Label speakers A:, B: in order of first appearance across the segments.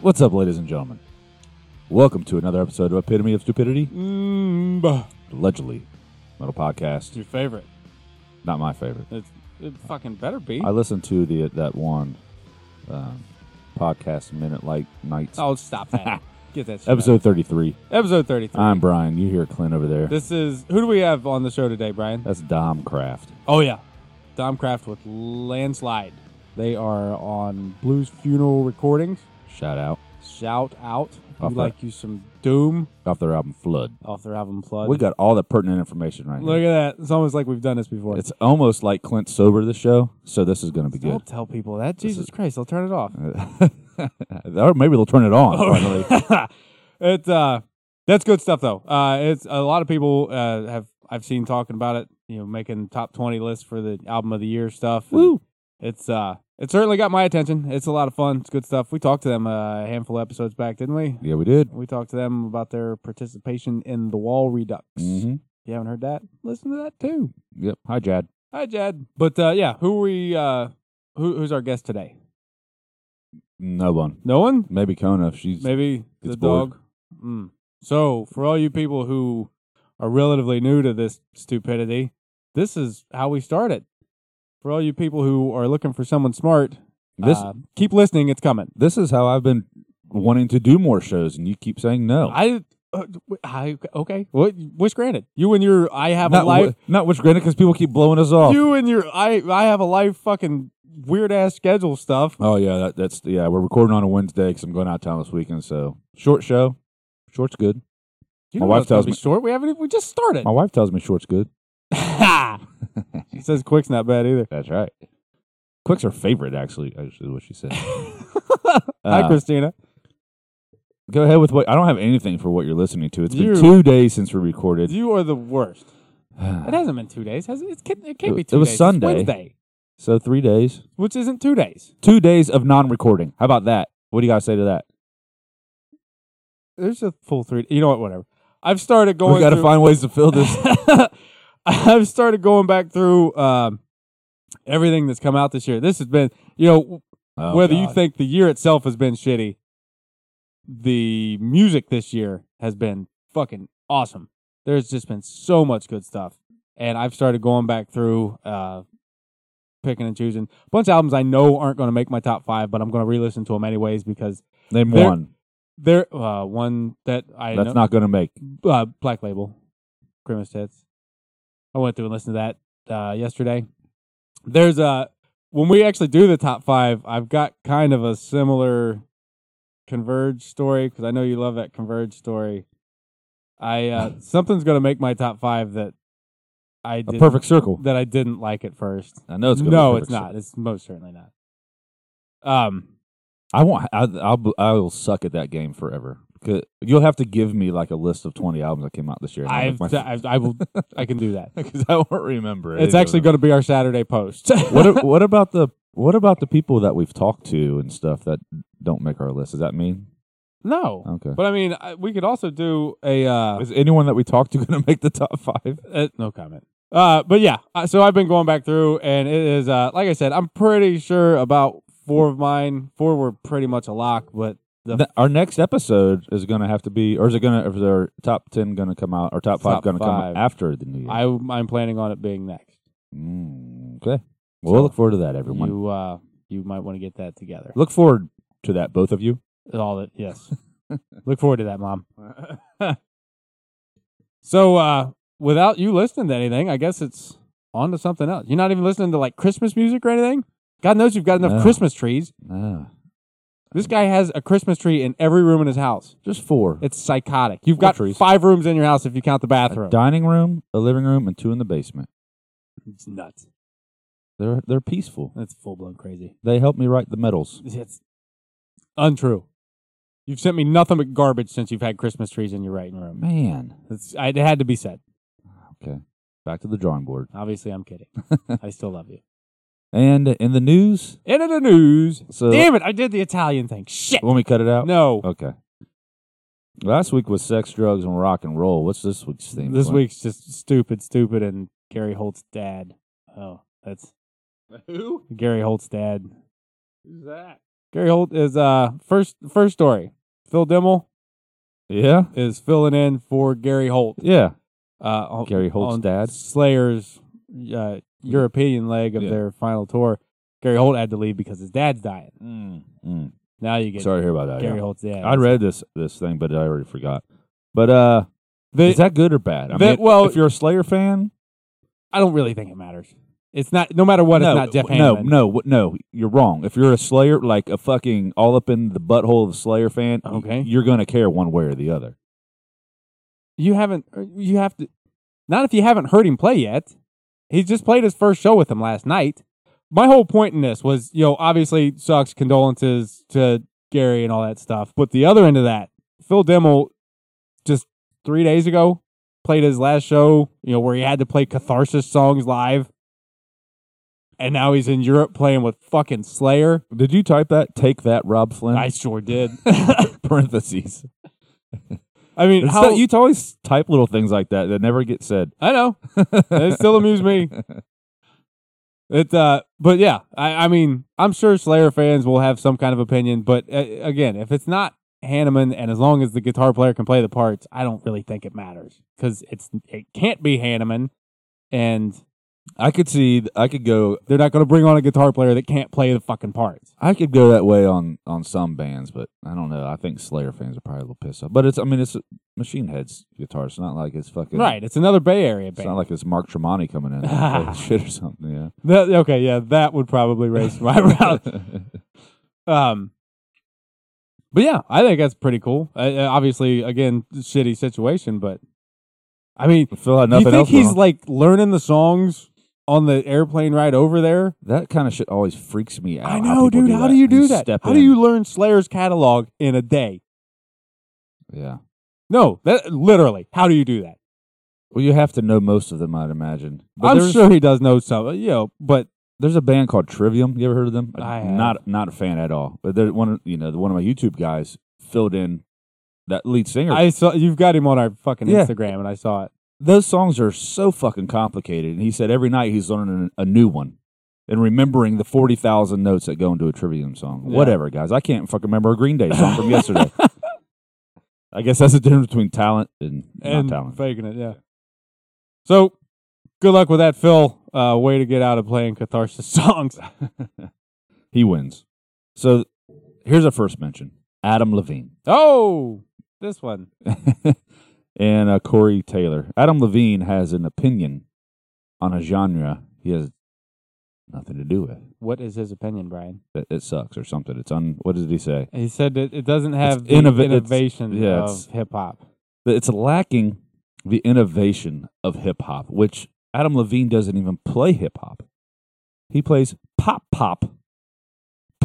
A: What's up, ladies and gentlemen? Welcome to another episode of Epitome of Stupidity, Mmm.
B: Mm,
A: allegedly metal podcast.
B: your favorite.
A: Not my favorite.
B: It's, it fucking better be.
A: I listened to the that one um, podcast minute like nights
B: oh, stop that. Get that shit
A: episode thirty three.
B: out. Episode 33.
A: I'm Brian. You hear Clint over there?
B: this is who do we have on the show today, Brian?
A: That's Dom Craft.
B: Oh yeah, Dom Craft with Landslide. They are on Blues Funeral Recordings.
A: Shout out
B: Shout out! We
A: Off that-
B: like you some Doom
A: off their album Flood.
B: off their album Flood.
A: We got all the pertinent information right
B: Look
A: here.
B: at that. It's almost like we've done this before.
A: It's almost like Clint sober the show, so this is going to be good.
B: Don't tell people that. Jesus
A: is-
B: Christ, they'll turn it off.
A: or maybe they'll turn it on. finally.
B: it's uh that's good stuff though. Uh it's a lot of people uh have I've seen talking about it, you know, making top 20 lists for the album of the year stuff. and
A: Woo!
B: It's uh it certainly got my attention. It's a lot of fun. It's good stuff. We talked to them uh, a handful of episodes back, didn't we?
A: Yeah, we did.
B: We talked to them about their participation in the Wall Redux.
A: hmm
B: If you haven't heard that, listen to that too.
A: Yep. Hi, Jad.
B: Hi, Jad. But uh, yeah, who we uh, who, who's our guest today?
A: No one.
B: No one.
A: Maybe Kona. if She's
B: Maybe
A: Gets
B: the
A: bored.
B: dog. Mm. So, for all you people who are relatively new to this stupidity, this is how we started. For all you people who are looking for someone smart,
A: this.
B: uh, keep listening. It's coming.
A: this is how I've been wanting to do more shows, and you keep saying no.
B: I, uh, I okay. What wish granted? You and your I have
A: not oh.
B: a life.
A: wh- not which granted because people keep blowing us off.
B: You and your I I have a life. Fucking weird ass schedule stuff.
A: oh yeah, that, that's yeah. We're recording on a Wednesday because I'm going out of town this weekend. So short show, short's good.
B: You
A: My
B: know
A: wife
B: it's gonna
A: tells
B: be
A: me-
B: short. We haven't. even- We just started.
A: My wife tells me short's good.
B: she says quick's not bad either.
A: That's right. Quick's her favorite, actually. Actually, is what she said.
B: Hi,
A: Uh,
B: Christina.
A: Go ahead with what I don't have anything for what you're listening to. It's
B: You-
A: been two days since we recorded.
B: You are the worst.
A: so
B: It hasn't been two days. Has it? It can't, it can't
A: It-
B: be
A: it
B: two
A: was
B: days. It's
A: Sunday.
B: Wednesday,
A: three days,
B: which isn't two days.
A: two days of non-recording. How about that? What do you guys say to that?
B: There's a full three. You know what? Whatever. I've started going.
A: we got to
B: through-
A: find ways to fill this.
B: I've started going back through um, everything that's come out this year. This has been, you know,
A: Oh,
B: whether
A: God.
B: you think the year itself has been shitty, the music this year has been fucking awesome. There's just been so much good stuff, and I've started going back through, uh, picking and choosing a bunch of albums I know aren't going to make my top five, but I'm going to re-listen to them anyways because
A: Name
B: There-
A: one.
B: they're uh, one that I
A: That's
B: know,
A: not going to make.
B: uh, Black Label, Grimace Tits. I went through and listened to that uh, yesterday. There's a when we actually do the top five, I've got kind of a similar converge story because I know you love that converge story. I uh, something's gonna make my top five that I
A: A
B: didn't,
A: perfect circle.
B: that I didn't like at first.
A: I know it's going to
B: no,
A: be a
B: it's
A: perfect
B: not.
A: circle.
B: It's most certainly not. Um,
A: I won't. I, I'll. I will suck at that game forever. 'Cause You'll have to give me like a list of twenty albums that came out this year. and I'll
B: I've,
A: make my-
B: I, I will, I can do that.
A: because I won't remember.
B: It's actually
A: going.
B: going to be our Saturday post.
A: What a- What about the What about the people that we've talked to and stuff that don't make our list? Does that mean
B: no,
A: okay?
B: But I mean, I- we could also do a uh,
A: Is anyone that we talked to going to make the top five?
B: uh, no comment. Uh, but yeah, uh, so I've been going back through, and it is uh, like I said, I'm pretty sure about four of mine. Four were pretty much a lock, but the
A: Th- Our next episode is going to have to be, or is it going to? Is our top ten going to come out, or top five
B: Top
A: going to come out
B: five.
A: after the new year?
B: I I'm planning on it being next.
A: Mm, okay. Well, we'll
B: So,
A: look forward to that, everyone.
B: You uh, you might want to get that together.
A: Look forward to that, both of you.
B: All that, yes. Look forward to that, mom. so uh, without you listening to anything, I guess it's on to something else. You're not even listening to like Christmas music or anything. God knows you've got enough
A: No.
B: Christmas trees.
A: Ah,
B: This guy has a Christmas tree in every room in his house.
A: just four.
B: It's psychotic. You've
A: Four
B: got
A: trees.
B: five rooms in your house if you count the
A: a
B: bathroom.
A: dining room, a living room, and two in the basement.
B: It's nuts.
A: They're they're peaceful.
B: That's full blown crazy.
A: They helped me write the medals.
B: It's untrue. You've sent me nothing but garbage since you've had Christmas trees in your writing room.
A: Man,
B: It's, I, it had to be said.
A: back to the drawing board.
B: Obviously, I'm kidding. I still love you.
A: And in the news,
B: Into the news.
A: so
B: Damn it! I did the Italian thing. Shit.
A: when we cut it out,
B: No.
A: okay. Last week was sex, drugs, and rock and roll. What's this week's theme?
B: This
A: Clint?
B: week's just stupid, stupid, and Gary Holt's dad. Oh, that's
A: Who
B: Gary Holt's dad.
A: is that?
B: Gary Holt is uh first first story. Phil Dimmel
A: Yeah,
B: is filling in for Gary Holt.
A: yeah.
B: Uh, on,
A: Gary Holt's
B: on
A: dad.
B: Slayer's uh, European leg of
A: Yeah.
B: their final tour. Gary Holt had to leave because his dad's dying.
A: Mm, mm.
B: Now you get
A: Sorry to hear about that.
B: Gary
A: yeah.
B: Holt's dad.
A: I read this this thing, but I already forgot. But uh,
B: The-
A: is that good or bad? I
B: the-
A: mean,
B: well-
A: if you're a Slayer fan,
B: I don't really think it matters. It's not no matter what.
A: no,
B: it's not Jeff
A: no,
B: Hanneman.
A: no, w- no. You're wrong. If you're a Slayer, like a fucking all up in the butthole of a Slayer fan, y-
B: Okay.
A: you're gonna care one way or the other.
B: You haven't. uh, You have to. Not if you haven't heard him play yet. He just played his first show with him last night. My whole point in this was, you know, obviously sucks. Condolences to Gary and all that stuff. But the other end of that, Phil Demmel, just three days ago, played his last show. You know, where he had to play Catharsis songs live. And now he's in Europe playing with fucking Slayer.
A: Did you type that? Take that, Rob Flynn.
B: I sure did.
A: parentheses.
B: I mean,
A: It's
B: how
A: not- you always type little things like that that never get said.
B: I know. it still amused me. It, uh, but yeah, I, I mean, I'm sure Slayer fans will have some kind of opinion, but uh, again, if it's not Hanneman, and as long as the guitar player can play the parts, I don't really think it matters because it's it can't be Hanneman, and
A: I could see. I could go.
B: they're not going to bring on a guitar player that can't play the fucking parts.
A: I could go that way on on some bands, but I don't know. I think Slayer fans are probably a little pissed off. But it's. I mean, it's Machine Head's guitar. It's not like it's fucking
B: Right? It's another Bay Area
A: It's
B: band.
A: not like it's Mark Tremonti coming in and playing shit or something. Yeah.
B: That- okay, yeah, that would probably raise my eyebrows. Um, but yeah, I think that's pretty cool. Uh, uh, obviously, again, shitty situation, but I mean,
A: Phil had
B: do you
A: nothing
B: think
A: else.
B: he's
A: going on.
B: like learning the songs on the airplane ride over there?
A: that kind of shit always freaks me out.
B: I
A: how
B: know,
A: people
B: dude. how do you do that?
A: Step
B: How
A: in.
B: do you learn Slayer's catalog in a day?
A: Yeah.
B: No, that literally. How do you do that?
A: Well, you have to know most of them, I'd imagine. But
B: I'm
A: there's-
B: sure he does know some, you know, but
A: There's a band called Trivium. You ever heard of them?
B: I have.
A: Not not a fan at all. But they're one of you know one of my YouTube guys filled in that lead singer.
B: I saw you've got him on our fucking
A: Yeah.
B: Instagram, and I saw it.
A: Those songs are so fucking complicated. And he said every night he's learning a new one and remembering the forty thousand notes that go into a Trivium song.
B: Yeah.
A: Whatever, guys. I can't fucking remember a Green Day song from yesterday. I guess that's the difference between talent and,
B: and
A: not talent.
B: faking it. Yeah. So, good luck with that, Phil. Uh, way to get out of playing Catharsis songs.
A: he wins. So here's a first mention: Adam Levine.
B: oh, this one.
A: and uh, Corey Taylor. Adam Levine has an opinion on a genre he has nothing to do with.
B: What is his opinion, Brian?
A: It, it sucks or something. It's un. What did he say?
B: He said that it doesn't have the
A: innov- it's-
B: innovation
A: yeah,
B: of
A: it's-
B: hip hop.
A: That It's lacking the innovation of hip hop, which Adam Levine doesn't even play hip hop. He plays pop pop,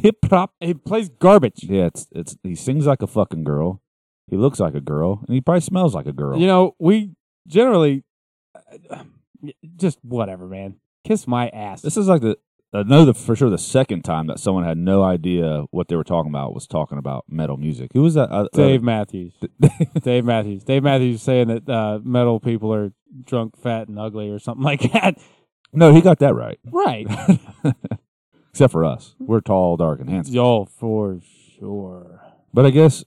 A: hip hop.
B: He plays garbage.
A: Yeah, it's it's. He sings like a fucking girl. He looks like a girl, and he probably smells like a girl.
B: You know, we generally uh, just whatever, man. Kiss my ass.
A: This is like the I know the for sure the second time that someone had no idea what they were talking about was talking about metal music. Who was that? Uh,
B: Dave Matthews. Dave Matthews. Dave Matthews saying that uh, metal people are drunk, fat, and ugly, or something like that.
A: no, he got that right.
B: Right.
A: Except for us, we're tall, dark, and handsome.
B: Y'all for sure.
A: But I guess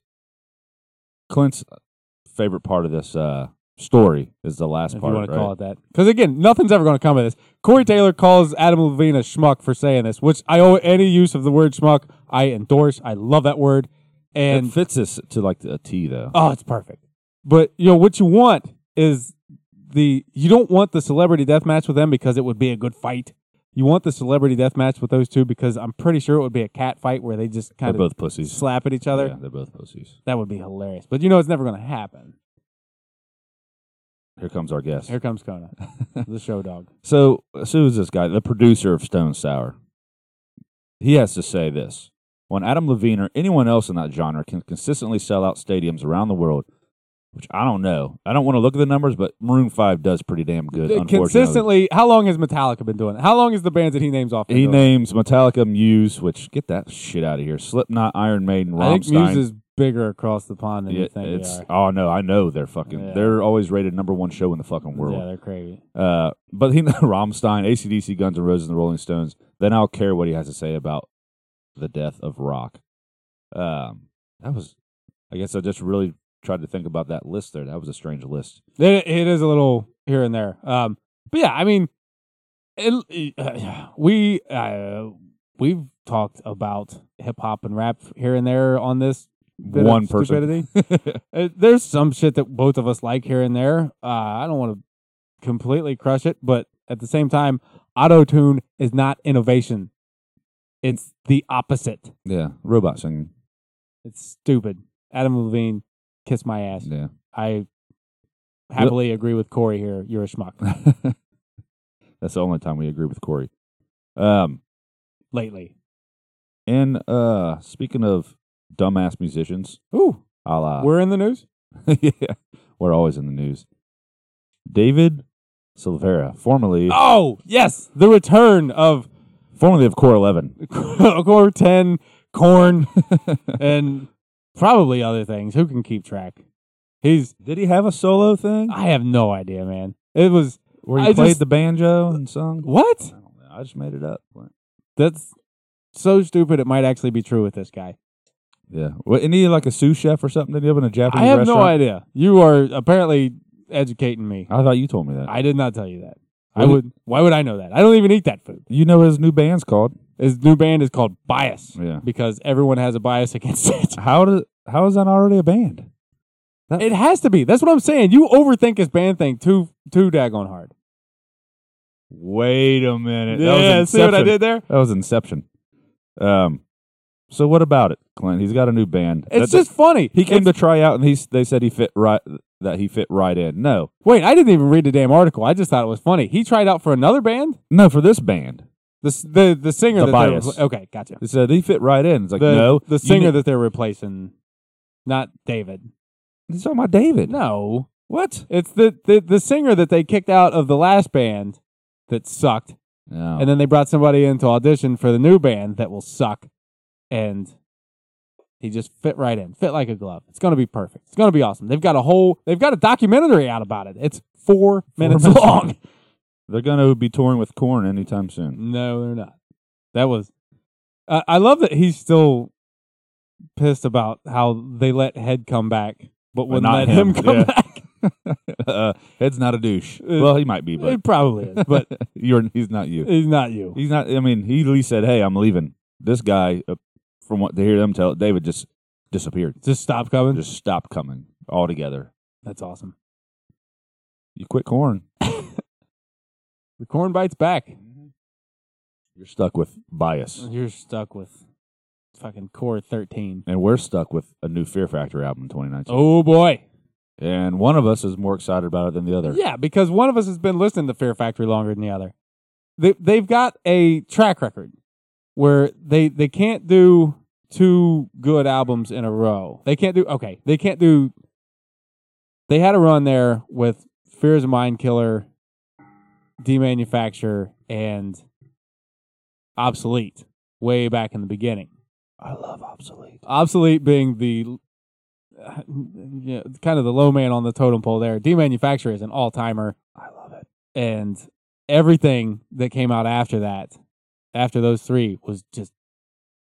A: Clint's favorite part of this uh, story is the last
B: if
A: part.
B: you want
A: right?
B: to call it that. Because again, nothing's ever going to come of this. Corey Taylor calls Adam Levine a schmuck for saying this, which I owe any use of the word schmuck. I endorse. I love that word.
A: It
B: And
A: fits this to like a T though.
B: oh, it's perfect. But you know what you want is the you don't want the celebrity death match with them because it would be a good fight. You want the celebrity death match with those two because I'm pretty sure it would be a cat fight where they just
A: they're
B: kind of
A: both pussies.
B: slap at each other.
A: Yeah, they're both pussies.
B: That would be hilarious. But you know it's never going to happen.
A: Here comes our guest.
B: Here comes Kona, the show dog.
A: So, so who's this guy? The producer of Stone Sour. He has to say this. When Adam Levine or anyone else in that genre can consistently sell out stadiums around the world, which I don't know. I don't want to look at the numbers, but Maroon 5 does pretty damn good,
B: Uh,
A: unfortunately.
B: consistently. How long has Metallica been doing? it? How long is the bands that he names off? been
A: He
B: doing
A: names Metallica, Muse, which get that shit out of here. Slipknot, Iron Maiden,
B: it?
A: Rammstein.
B: I think Muse is bigger across the pond than
A: Yeah,
B: you think
A: it's
B: they are.
A: oh no, I know they're fucking.
B: Yeah.
A: They're always rated number one show in the fucking world.
B: Yeah, they're crazy.
A: Uh, but he Rammstein, ACDC, Guns N' Roses, and the Rolling Stones. Then I'll care what he has to say about the death of rock. Um, that was, I guess, I just really tried to think about that list there. That was a strange list.
B: It, it is a little here and there. Um, but yeah, I mean, it, uh, we uh, we've talked about hip hop and rap here and there on this bit of
A: One person.
B: stupidity. Uh, There's some shit that both of us like here and there. Uh, I don't want to completely crush it, but at the same time, auto tune is not innovation. It's the opposite.
A: yeah, robot singing.
B: It's stupid. Adam Levine, kiss my ass.
A: Yeah.
B: I happily agree with Corey here. You're a schmuck
A: That's the only time we agree with Corey. Um,
B: lately.
A: and uh, speaking of dumbass musicians,
B: Ooh,
A: a la
B: we're in the news.
A: yeah, we're always in the news. David Silvera, formerly
B: Oh yes, the return of
A: formerly of Core Eleven.
B: Core Ten, Corn, and probably other things. Who can keep track? He's.
A: Did he have a solo thing
B: I have no idea, man. It was
A: where he
B: I
A: played
B: just-
A: the banjo and sung? I
B: what?
A: don't know. I just made it up. What?
B: That's so stupid. It might actually be true with this guy.
A: Yeah, what, isn't he like a sous chef or something? Did he open a Japanese
B: I have
A: restaurant?
B: no idea. You are apparently educating me.
A: I thought you told me that.
B: I did not tell you that. I
A: Really?
B: would. Why would I know that? I don't even eat that food.
A: you know his new band's called.
B: His new band is called Bias
A: Yeah.
B: because everyone has a bias against it.
A: How do, How is that already a band?
B: It has to be. That's what I'm saying. You overthink his band thing too too daggone hard.
A: Wait a minute.
B: Yeah, see what I did there?
A: That was Inception. Um, so what about it, Clint? He's got a new band.
B: It's
A: That-
B: just funny.
A: he came
B: It's-
A: to try out, and he s- they said he fit right that he fit right in. No,
B: wait. I didn't even read the damn article. I just thought it was funny. He tried out for another band.
A: no, for this band,
B: The s- the the singer
A: The
B: that they were
A: Bias.
B: pl- okay, gotcha.
A: they said he fit right in. It's like
B: the,
A: no,
B: the
A: you
B: singer
A: need-
B: that they're replacing, not David.
A: he's talking about David.
B: No,
A: what?
B: it's the, the the singer that they kicked out of the last band that sucked,
A: No.
B: and then they brought somebody in to audition for the new band that will suck, and he just fit right in, fit like a glove. It's gonna be perfect. It's gonna be awesome. They've got a whole, they've got a documentary out about it. It's four, minutes,
A: minutes
B: long.
A: They're gonna be touring with Corn anytime soon.
B: No, they're not. That was. I I love that he's still pissed about how they let Head come back,
A: But
B: but wouldn't
A: not
B: let
A: him.
B: him, come
A: Yeah.
B: back.
A: uh, Ed's not a douche.
B: Uh,
A: well, he might be, but
B: It probably is, but
A: you're he's not you.
B: he's not you.
A: He's not. I mean, he at least said, "Hey, I'm leaving." This guy, uh, from what to hear them tell, David just disappeared.
B: Just stop coming.
A: Just stopped coming altogether.
B: That's awesome.
A: You quit corn.
B: The corn bites back.
A: You're stuck with bias,
B: You're stuck with fucking core thirteen.
A: and we're stuck with a new Fear Factor album in 2019.
B: Oh boy.
A: And one of us is more excited about it than the other.
B: Yeah, because one of us has been listening to Fear Factory longer than the other. They they've got a track record where they they can't do two good albums in a row. They can't do okay. They can't do. They had a run there with Fear is a Mind Killer, Demanufacture, and Obsolete way back in the beginning.
A: I love obsolete.
B: Obsolete being the uh, yeah, kind of the low man on the totem pole there. Demanufacture is an all timer
A: I love it.
B: and everything that came out after that, after those three, was just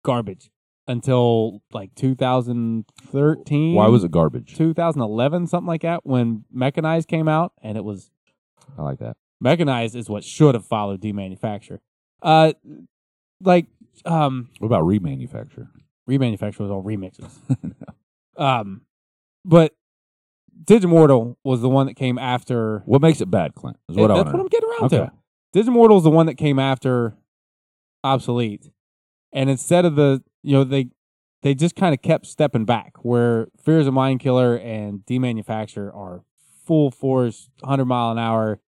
B: garbage until like 2013.
A: Why was it garbage?
B: 2011 something like that when Mechanized came out, and it was
A: I like that.
B: Mechanized is what should have followed Demanufacture. Uh, like um,
A: What about remanufacture?
B: Remanufacture was all remixes. Um, but Digimortal was the one that came after.
A: What makes it bad, Clint? Is what I wanna
B: that's what
A: know.
B: I'm getting around
A: Okay.
B: to. Digimortal is the one that came after Obsolete, and instead of the you know they they just kind of kept stepping back where Fears of Mind Killer and Demanufacture are full force, hundred mile an hour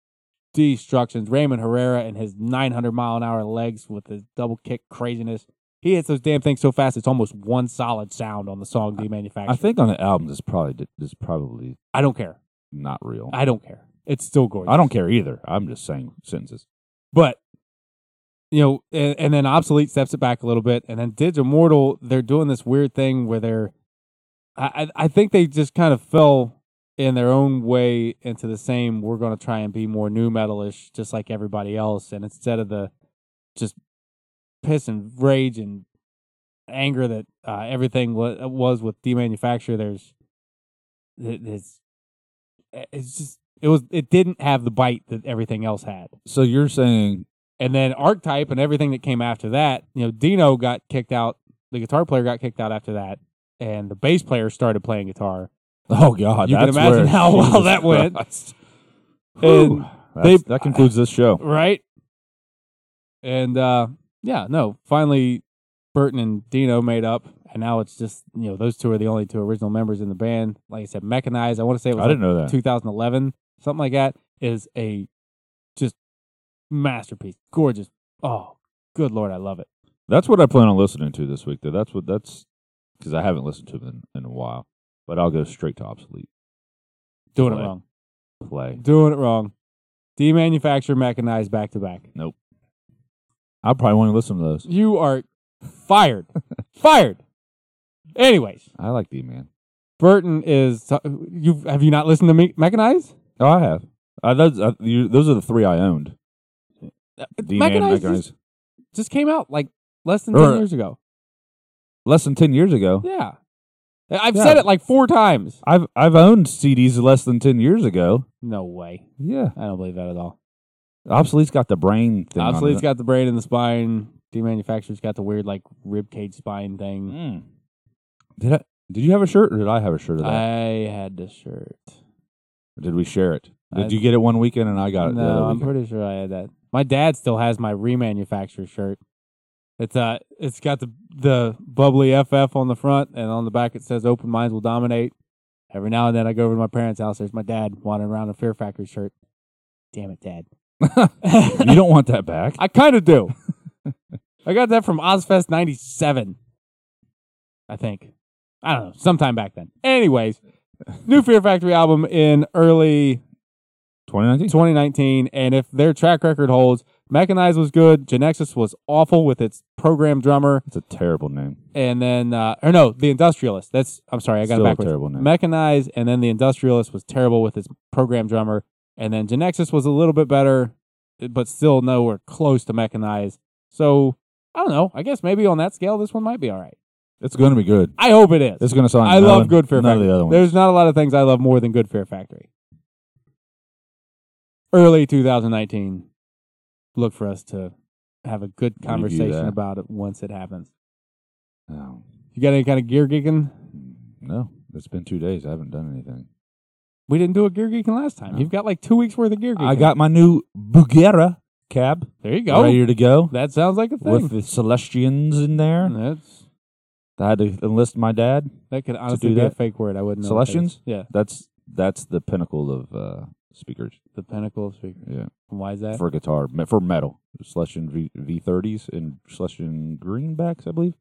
B: destructions. Raymond Herrera and his nine hundred mile an hour legs with his double kick craziness. He hits those damn things so fast it's almost one solid sound on the song Demanufacture.
A: I think on the albums, it's probably it's probably
B: I don't care.
A: not real.
B: I don't care. It's still gorgeous.
A: I don't care either. I'm just saying sentences.
B: But you know, and, and then obsolete steps it back a little bit, and then Digimortal, they're doing this weird thing where they're, I, I I think they just kind of fell in their own way into the same. We're going to try and be more new metalish, just like everybody else, and instead of the just piss and rage and anger that uh, everything wa- was with demanufacture. There's it- it's eh, it's just it was it didn't have the bite that everything else had.
A: So you're saying
B: And then Archetype and everything that came after that, you know, Dino got kicked out. The guitar player got kicked out after that, and the bass player started playing guitar.
A: Oh God,
B: You can
A: that's
B: imagine
A: where-
B: how well
A: Jesus
B: that went.
A: Christ.
B: And
A: Whew. That's-
B: they-
A: that concludes this show.
B: right? And uh yeah, no, finally Burton and Dino made up and now it's just, you know, those two are the only two original members in the band. Like I said, Mechanized, I want to say it was
A: I didn't know that.
B: 2011, something like that is a just masterpiece. Gorgeous. Oh, good lord, I love it.
A: That's what I plan on listening to this week. Though that's what that's because I haven't listened to them in, in a while. But I'll go straight to obsolete
B: Doing it
A: Play.
B: wrong.
A: play.
B: Doing it wrong. Demanufacture mechanized back to back.
A: I probably want to listen to those.
B: You are fired. fired. Anyways,
A: I like D man.
B: Burton is. You have you not listened to Me- Mechanize?
A: Oh, I have. I, those I, you, those are the three I owned. D man,
B: Uh, Mechanized
A: Mechanized.
B: Just came out like less than
A: Or-
B: ten years ago.
A: Less than ten years ago.
B: Yeah, I've
A: Yeah.
B: said it like four times.
A: I've I've owned CDs less than ten years ago.
B: No way.
A: Yeah,
B: I don't believe that at all.
A: obsolete's got the brain thing. on
B: Obsolete's
A: it.
B: got the brain and the spine. Demanufacture's got the weird like rib cage spine thing.
A: Mm. Did I? Did you have a shirt, or did I have a shirt of that?
B: I had this shirt.
A: Or did we share it? Did
B: I-
A: you get it one weekend and I got it the
B: no,
A: other
B: I'm
A: weekend?
B: pretty sure I had that. My dad still has my remanufacture shirt. It's uh, it's got the the bubbly FF on the front, and on the back it says "Open minds will dominate." Every now and then I go over to my parents' house. There's my dad wandering around in a Fear Factory shirt. Damn it, Dad!
A: you don't want that back.
B: I kind of do. I got that from Ozfest '97, I think. I don't know, sometime back then. Anyways, new Fear Factory album in early
A: 2019.
B: 2019, and if their track record holds, Mechanized was good, Genexus was awful with its program drummer,
A: It's a terrible name.
B: and then uh, or no, the Industrialist. That's I'm sorry, I got
A: Still
B: it
A: a
B: backwards.
A: terrible name.
B: Mechanized, and then the Industrialist was terrible with its program drummer, and then Genexus was a little bit better, but still nowhere close to Mechanized. So I don't know. I guess maybe on that scale, this one might be all right.
A: it's going to be good.
B: I hope it is.
A: It's going to sound.
B: I
A: none-
B: love Good Fear
A: None of
B: Factory.
A: the other ones.
B: There's not a lot of things I love more than Good Fear Factory. Early 2019. Look for us to have a good
A: Review
B: conversation
A: that.
B: about it once it happens.
A: No.
B: You got any kind of gear geeking?
A: no, it's been two days. I haven't done anything.
B: We didn't do a gear geeking last time.
A: No.
B: You've got like two weeks worth of gear geeking.
A: I got my new Bugera cab
B: there you go.
A: ready to go
B: That sounds like a
A: with
B: thing.
A: the Celestians in there.
B: That's
A: I had to enlist my dad.
B: that could honestly
A: do
B: be a
A: that?
B: fake word. I wouldn't know. what that
A: Celestians?
B: is. Yeah,
A: That's that's the pinnacle of uh, speakers.
B: the pinnacle of speaking.
A: Yeah,
B: Why is that?
A: for guitar me- for metal Celestion V V thirties and Celestion greenbacks, I believe.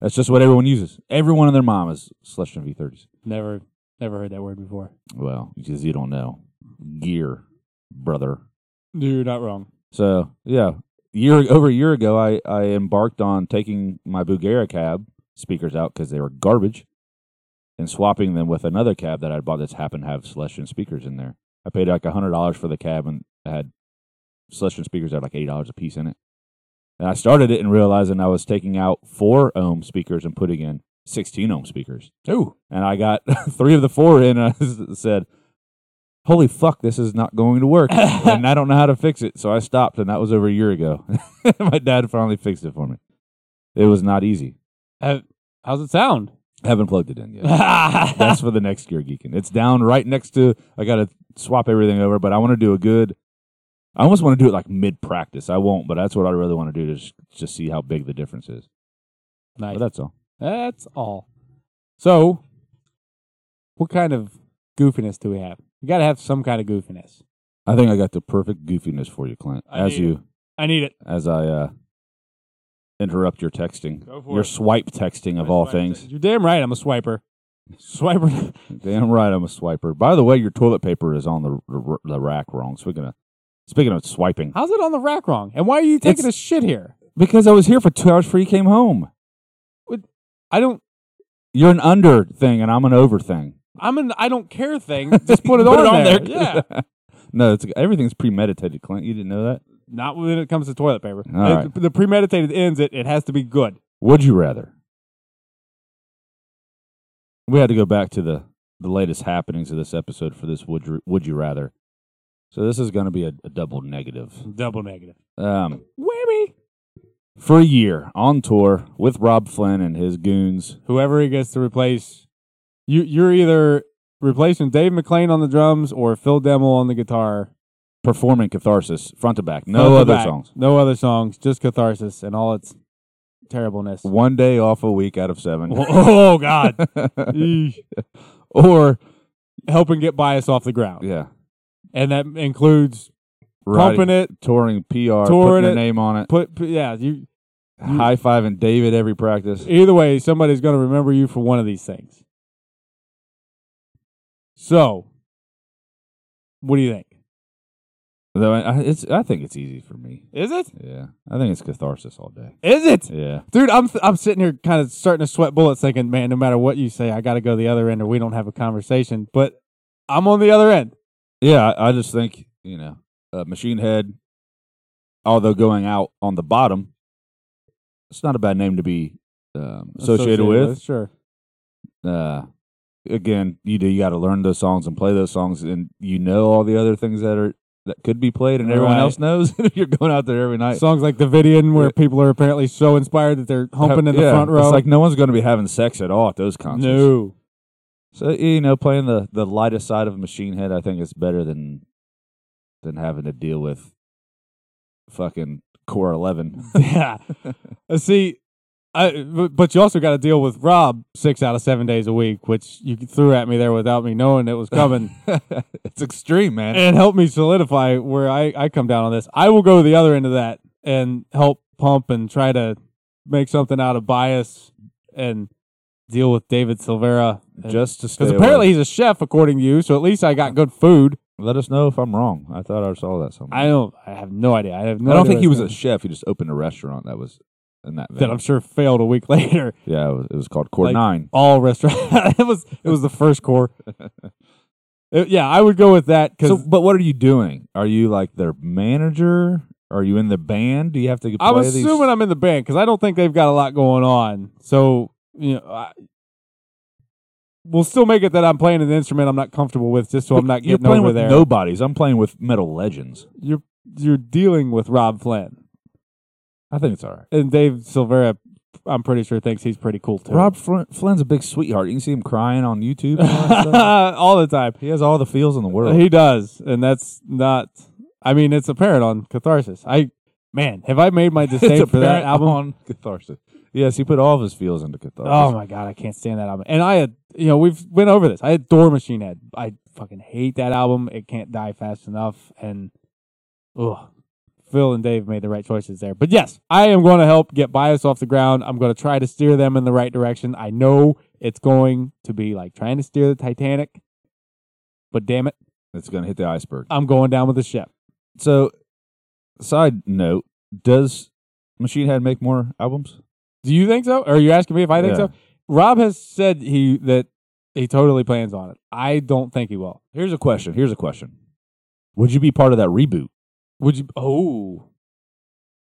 A: That's just what everyone uses. Everyone and their mom is Celestion V thirties.
B: never, never heard that word before.
A: Well, because you don't know gear, brother.
B: You're not wrong.
A: So yeah, year over a year ago, I I embarked on taking my Bugera cab speakers out because they were garbage, and swapping them with another cab that I bought that's happened to have Celestion speakers in there. I paid like a hundred dollars for the cab and I had Celestion speakers that had like eight dollars a piece in it. And I started it and realizing I was taking out four ohm speakers and putting in sixteen ohm speakers
B: Ooh,
A: and I got three of the four in, and I s- said, "Holy fuck, this is not going to work," and I don't know how to fix it. So I stopped, and that was over a year ago. My dad finally fixed it for me. It was not easy.
B: how's it sound?
A: Haven't plugged it in yet.
B: That's
A: That's for the next gear geeking. It's down right next to. I got to swap everything over, but I want to do a good. I almost want to do it like mid practice. I won't, but that's what I really want to do to just, just see how big the difference is.
B: nice.
A: But that's all.
B: That's all. So, what kind of goofiness do we have? You got to have some kind of goofiness.
A: I think I got the perfect goofiness for you, Clint.
B: I
A: As
B: need it.
A: you
B: I need it.
A: as I uh, interrupt your texting,
B: Go for
A: your
B: it.
A: swipe texting of all things.
B: You're damn right. I'm a swiper. Swiper.
A: Damn right, I'm a swiper. By the way, your toilet paper is on the the, the rack wrong. Speaking of speaking of swiping,
B: How's it on the rack wrong? And why are you taking
A: It's-
B: a shit here?
A: because I was here for two hours before you came home.
B: I don't.
A: You're an under thing, and I'm an over thing.
B: I'm an I don't care thing. Just put it, on, there. Yeah.
A: no, it's everything's premeditated, Clint. You didn't know that.
B: Not when it comes to toilet paper.
A: All
B: It-
A: right.
B: The premeditated ends it. It has to be good.
A: Would you rather We had to go back to the the latest happenings of this episode for this would you, would you rather. So this is going to be a, a double negative.
B: Double negative.
A: Um,
B: Whammy.
A: for a year on tour with Rob Flynn and his goons.
B: Whoever he gets to replace, you you're either replacing Dave McLean on the drums or Phil Demmel on the guitar.
A: Performing Catharsis front to back,
B: Front
A: no
B: to
A: other
B: back.
A: songs.
B: No other songs. Just Catharsis and all its terribleness.
A: One day off a week out of seven,
B: oh God. Eesh.
A: or
B: Helping get bias off the ground,
A: yeah,
B: and that includes
A: riding-
B: pumping it.
A: touring PR,
B: Touring
A: putting your
B: it.
A: name on it,
B: Put, put yeah, you. You-
A: high fiving David every practice.
B: Either way, somebody's going to remember you for one of these things. So, what do you think?
A: Though I, I- it's, I think it's easy for me.
B: Is it?
A: Yeah, I think it's catharsis all day.
B: Is it?
A: Yeah,
B: Dude, I'm I'm sitting here kind of starting to sweat bullets thinking, man, no matter what you say, I got to go the other end or we don't have a conversation, but I'm on the other end.
A: yeah. I, I just think you know, uh, Machine Head, although going out on the bottom, it's not a bad name to be um, associated, with.
B: Sure.
A: Uh, again, you do. You got to learn those songs and play those songs, and you know all the other things that are that could be played, and everyone
B: Right.
A: else knows. You're going out there every night.
B: Songs like the Vidian where
A: Yeah.
B: people are apparently so inspired that they're humping in the
A: Yeah,
B: front row.
A: It's like no one's going to be having sex at all at those concerts.
B: no.
A: So you know, playing the the lightest side of Machine Head, I think is better than than having to deal with fucking Core Eleven.
B: yeah. Uh, See, I, but but you also got to deal with Rob six out of seven days a week, which you threw at me there without me knowing it was coming,
A: it's extreme, man.
B: and helped me solidify where I, I come down on this. I will go the other end of that and help pump and try to make something out of bias and deal with David Silvera.
A: Just to stay
B: Because
A: away.
B: apparently he's a chef, according to you, so at least I got good food.
A: let us know if I'm wrong. I thought I saw that somewhere.
B: I don't. I have no idea. I have no.
A: I don't
B: idea
A: think he
B: what
A: was
B: it's
A: a
B: gonna-
A: chef. He just opened a restaurant that was in that.
B: that
A: Vein.
B: I'm sure failed a week later.
A: yeah, it was, it was called Core
B: Like-
A: Nine.
B: all restaurant. it was it was the first core. It- Uh, yeah, I would go with that because
A: So, but what are you doing? Are you like their manager? Are you in the band? Do you have to play
B: I'm
A: these?
B: assuming I'm in the band because I don't think they've got a lot going on. So you know, I, we'll still make it that I'm playing an instrument I'm not comfortable with, just so I'm not
A: you're
B: getting
A: playing
B: over
A: with
B: there.
A: nobodies. I'm playing with metal legends.
B: You're you're dealing with Rob Flynn
A: I think it's all right.
B: and Dave Silvera. I'm pretty sure thinks he's pretty cool too.
A: Rob Fl- Flynn's a big sweetheart. You can see him crying on YouTube. and all that stuff.
B: all the time.
A: he has all the feels in the world.
B: He does, and that's not. I mean, it's apparent on Catharsis. I man, have I made my disdain
A: It's
B: for that
A: apparent
B: album?
A: on Catharsis. Yes, he put all of his feels into Catharsis.
B: Oh my god, I can't stand that album. And I had, you know, we've been over this. I adore Machine Head. I fucking hate that album. It can't die fast enough. And ugh, Phil and Dave made the right choices there. But yes, I am going to help get bias off the ground. I'm going to try to steer them in the right direction. I know it's going to be like trying to steer the Titanic. But damn it,
A: It's going to hit the iceberg.
B: I'm going down with the ship.
A: So, side note: Does Machine Head make more albums?
B: Do you think so? Or are you asking me if I think
A: Yeah.
B: so? Rob has said he that he totally plans on it. I don't think he will.
A: Here's a question. Here's a question. Would you be part of that reboot?
B: Would you? Oh,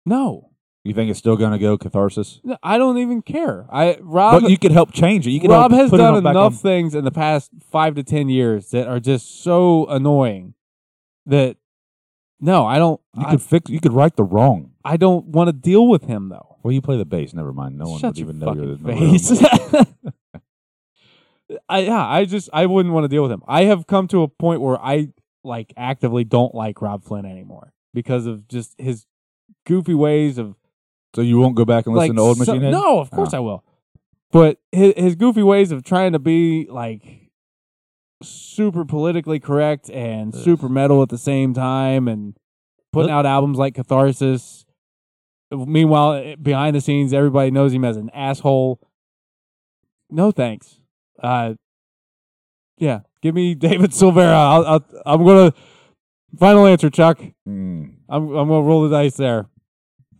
B: no,
A: You think it's still going to go Catharsis?
B: no I don't even care. I Rob.
A: But you could help change it. You could
B: Rob
A: help
B: has
A: put it
B: done
A: on back
B: enough
A: on-
B: things in the past five to ten years that are just so annoying that no, I don't.
A: You
B: I,
A: could fix. You could right the wrong.
B: I don't want to deal with him though.
A: Well, you play the bass. Never mind. No one
B: Shut
A: would
B: your
A: even know you're
B: fucking
A: the number one.
B: face. I yeah, I just I wouldn't want to deal with him. I have come to a point where I like actively don't like Rob Flynn anymore because of just his goofy ways of
A: So you won't go back and listen
B: like
A: to old
B: so-
A: Machine Head?
B: No, of course
A: Oh.
B: I will. But his, his goofy ways of trying to be like super politically correct and
A: Ugh.
B: super metal at the same time and putting out albums like Catharsis. Meanwhile, eh, behind the scenes, everybody knows him as an asshole. No thanks. Uh, yeah, give me David Silvera. I'll, I'll, I'm gonna final answer, Chuck.
A: Mm,
B: I'm I'm gonna roll the dice there.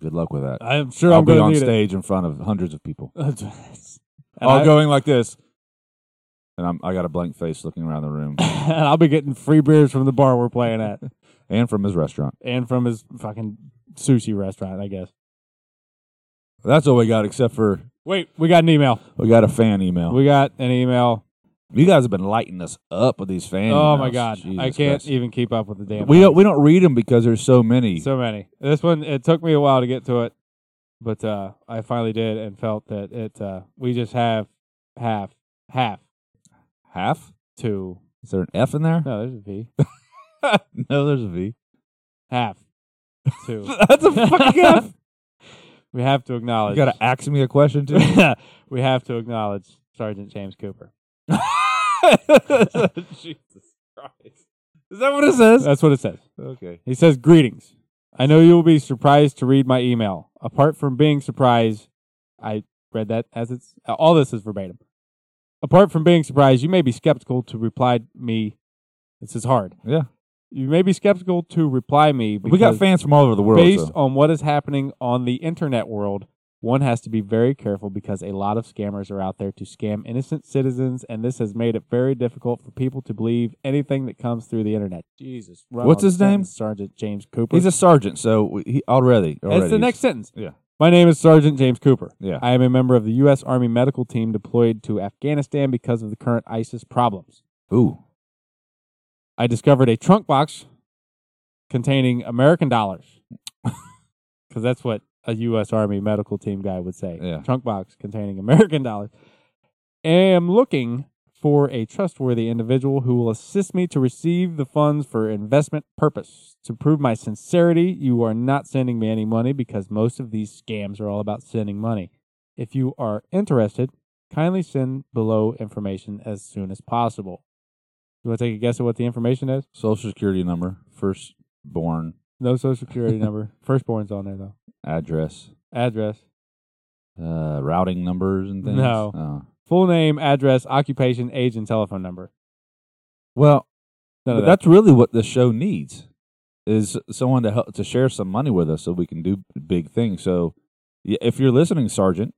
A: good luck with that.
B: I'm sure
A: I'll
B: am
A: be
B: gonna
A: on
B: need it.
A: stage in front of hundreds of people,
B: and
A: all
B: I,
A: going like this, and I'm I got a blank face looking around the room
B: and I'll be getting free beers from the bar we're playing at
A: and from his restaurant.
B: and from his fucking sushi restaurant, I guess.
A: That's all we got, except for
B: Wait, we got an email.
A: we got a fan email.
B: We got an email
A: You guys have been lighting us up with these fan.
B: oh
A: emails.
B: my god,
A: Jesus
B: I can't
A: Christ.
B: even keep up with the damn.
A: We
B: ones.
A: don't we don't read them because there's so many.
B: so many. This one it took me a while to get to it, but uh, I finally did and felt that it. Uh, we just have half, half
A: Half?
B: to
A: Is there an F in there?
B: no. There's a V.
A: no, there's a V.
B: Half to.
A: That's a fucking F.
B: we have to acknowledge.
A: You gotta ask me a question too.
B: we have to acknowledge Sergeant James Cooper.
A: Jesus Christ. Is that what it says?
B: That's what it says.
A: okay.
B: He says, Greetings. I know you will be surprised to read my email. Apart from being surprised, I read that as it's uh, all this is verbatim. Apart from being surprised, you may be skeptical to reply me. This is hard.
A: Yeah.
B: You may be skeptical to reply me.
A: We got
B: because
A: fans from all over the world.
B: Based
A: so-
B: on what is happening on the internet world, one has to be very careful because a lot of scammers are out there to scam innocent citizens, and this has made it very difficult for people to believe anything that comes through the internet. Jesus, run
A: What's
B: on
A: his name?
B: sentence, Sergeant James Cooper.
A: He's a sergeant, so we- he already. already
B: That's the next sentence.
A: Yeah.
B: My name is Sergeant James Cooper.
A: Yeah.
B: I am a member of the U.S. Army medical team deployed to Afghanistan because of the current ISIS problems.
A: Ooh.
B: I discovered a trunk box containing American dollars. Because that's what a U.S. Army medical team guy would say.
A: Yeah.
B: Trunk box containing American dollars. am looking for a trustworthy individual who will assist me to receive the funds for investment purpose. To prove my sincerity, you are not sending me any money because most of these scams are all about sending money. If you are interested, kindly send below information as soon as possible. You want to take a guess at what the information is?
A: Social security number, firstborn
B: No social security number. Firstborn's on there though.
A: address,
B: Address,
A: uh, routing numbers, and things.
B: No.
A: Oh.
B: full name, address, occupation, age, and telephone number.
A: Well,
B: None
A: but
B: of that.
A: that's really what the show needs is someone to help to share some money with us so we can do big things. So, y- if you're listening, Sergeant,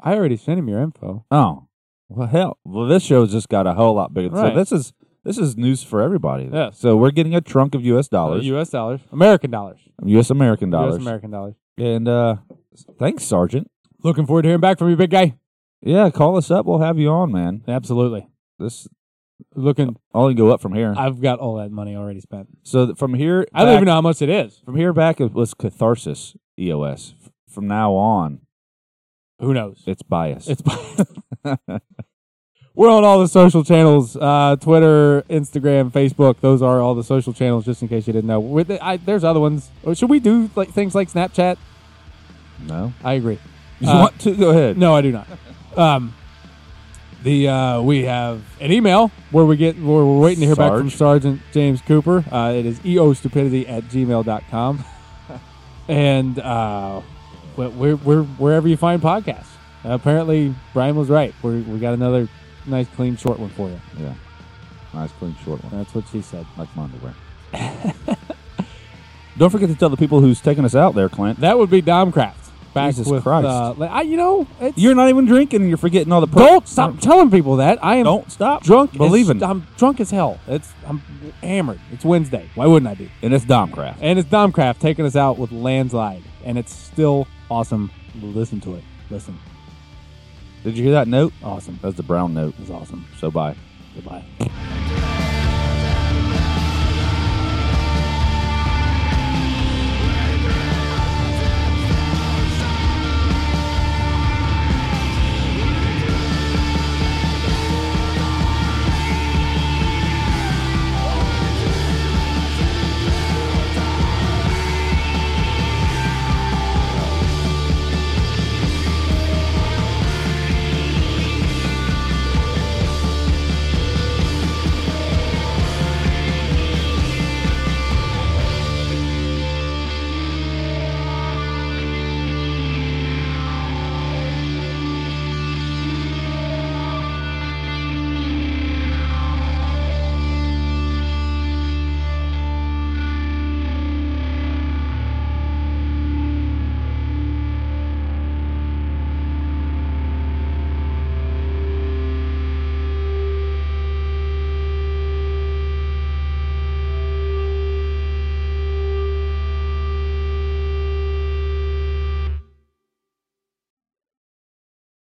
B: I already sent him your info.
A: oh, well, hell, well, this show's just got a whole lot bigger.
B: Right.
A: So this is this is news for everybody.
B: Yeah.
A: So we're getting a trunk of U.S. dollars,
B: U.S. Uh, dollars, American dollars,
A: U.S. American dollars,
B: U.S. American dollars.
A: and uh, thanks, Sergeant.
B: Looking forward to hearing back from you, big guy.
A: Yeah, call us up. We'll have you on, man.
B: Absolutely.
A: This
B: Looking.
A: only go up from here.
B: I've got all that money already spent.
A: so th- from here,
B: I don't
A: back-
B: even know how much it is.
A: From here back, it was catharsis EOS. F- From now on,
B: Who knows?
A: it's bias.
B: It's. We're on all the social channels: uh, Twitter, Instagram, Facebook. Those are all the social channels. Just in case you didn't know, With the- I, there's other ones. Or Should we do like things like Snapchat?
A: no.
B: I agree.
A: You
B: Uh,
A: want to go ahead?
B: No, I do not. Um, the uh, we have an email where we get where we're waiting to hear back from
A: Sarge.
B: Sergeant James Cooper. Uh, it is eostupidity at gmail.com. and uh, we're, we're, we're wherever you find podcasts. apparently, Brian was right. We're, we got another nice, clean, short one for you.
A: Yeah. Nice, clean, short one,
B: That's what she said.
A: like my underwear. Don't forget to tell the people who's taking us out there, Clint.
B: That would be Domcraft. Back
A: Jesus
B: with,
A: Christ.
B: Uh, li- I, you know, it's,
A: You're not even drinking, and you're forgetting all the. Pro-
B: don't stop telling people that. I am
A: Don't stop.
B: drunk. as-
A: Believing,
B: I'm drunk as hell. It's I'm hammered. It's Wednesday. Why wouldn't I be?
A: and it's Domcraft.
B: And it's Domcraft taking us out with Landslide, and it's still awesome. Listen to it. Listen,
A: Did you hear that note? Oh,
B: awesome.
A: That's the brown note.
B: It's awesome.
A: So bye.
B: Goodbye.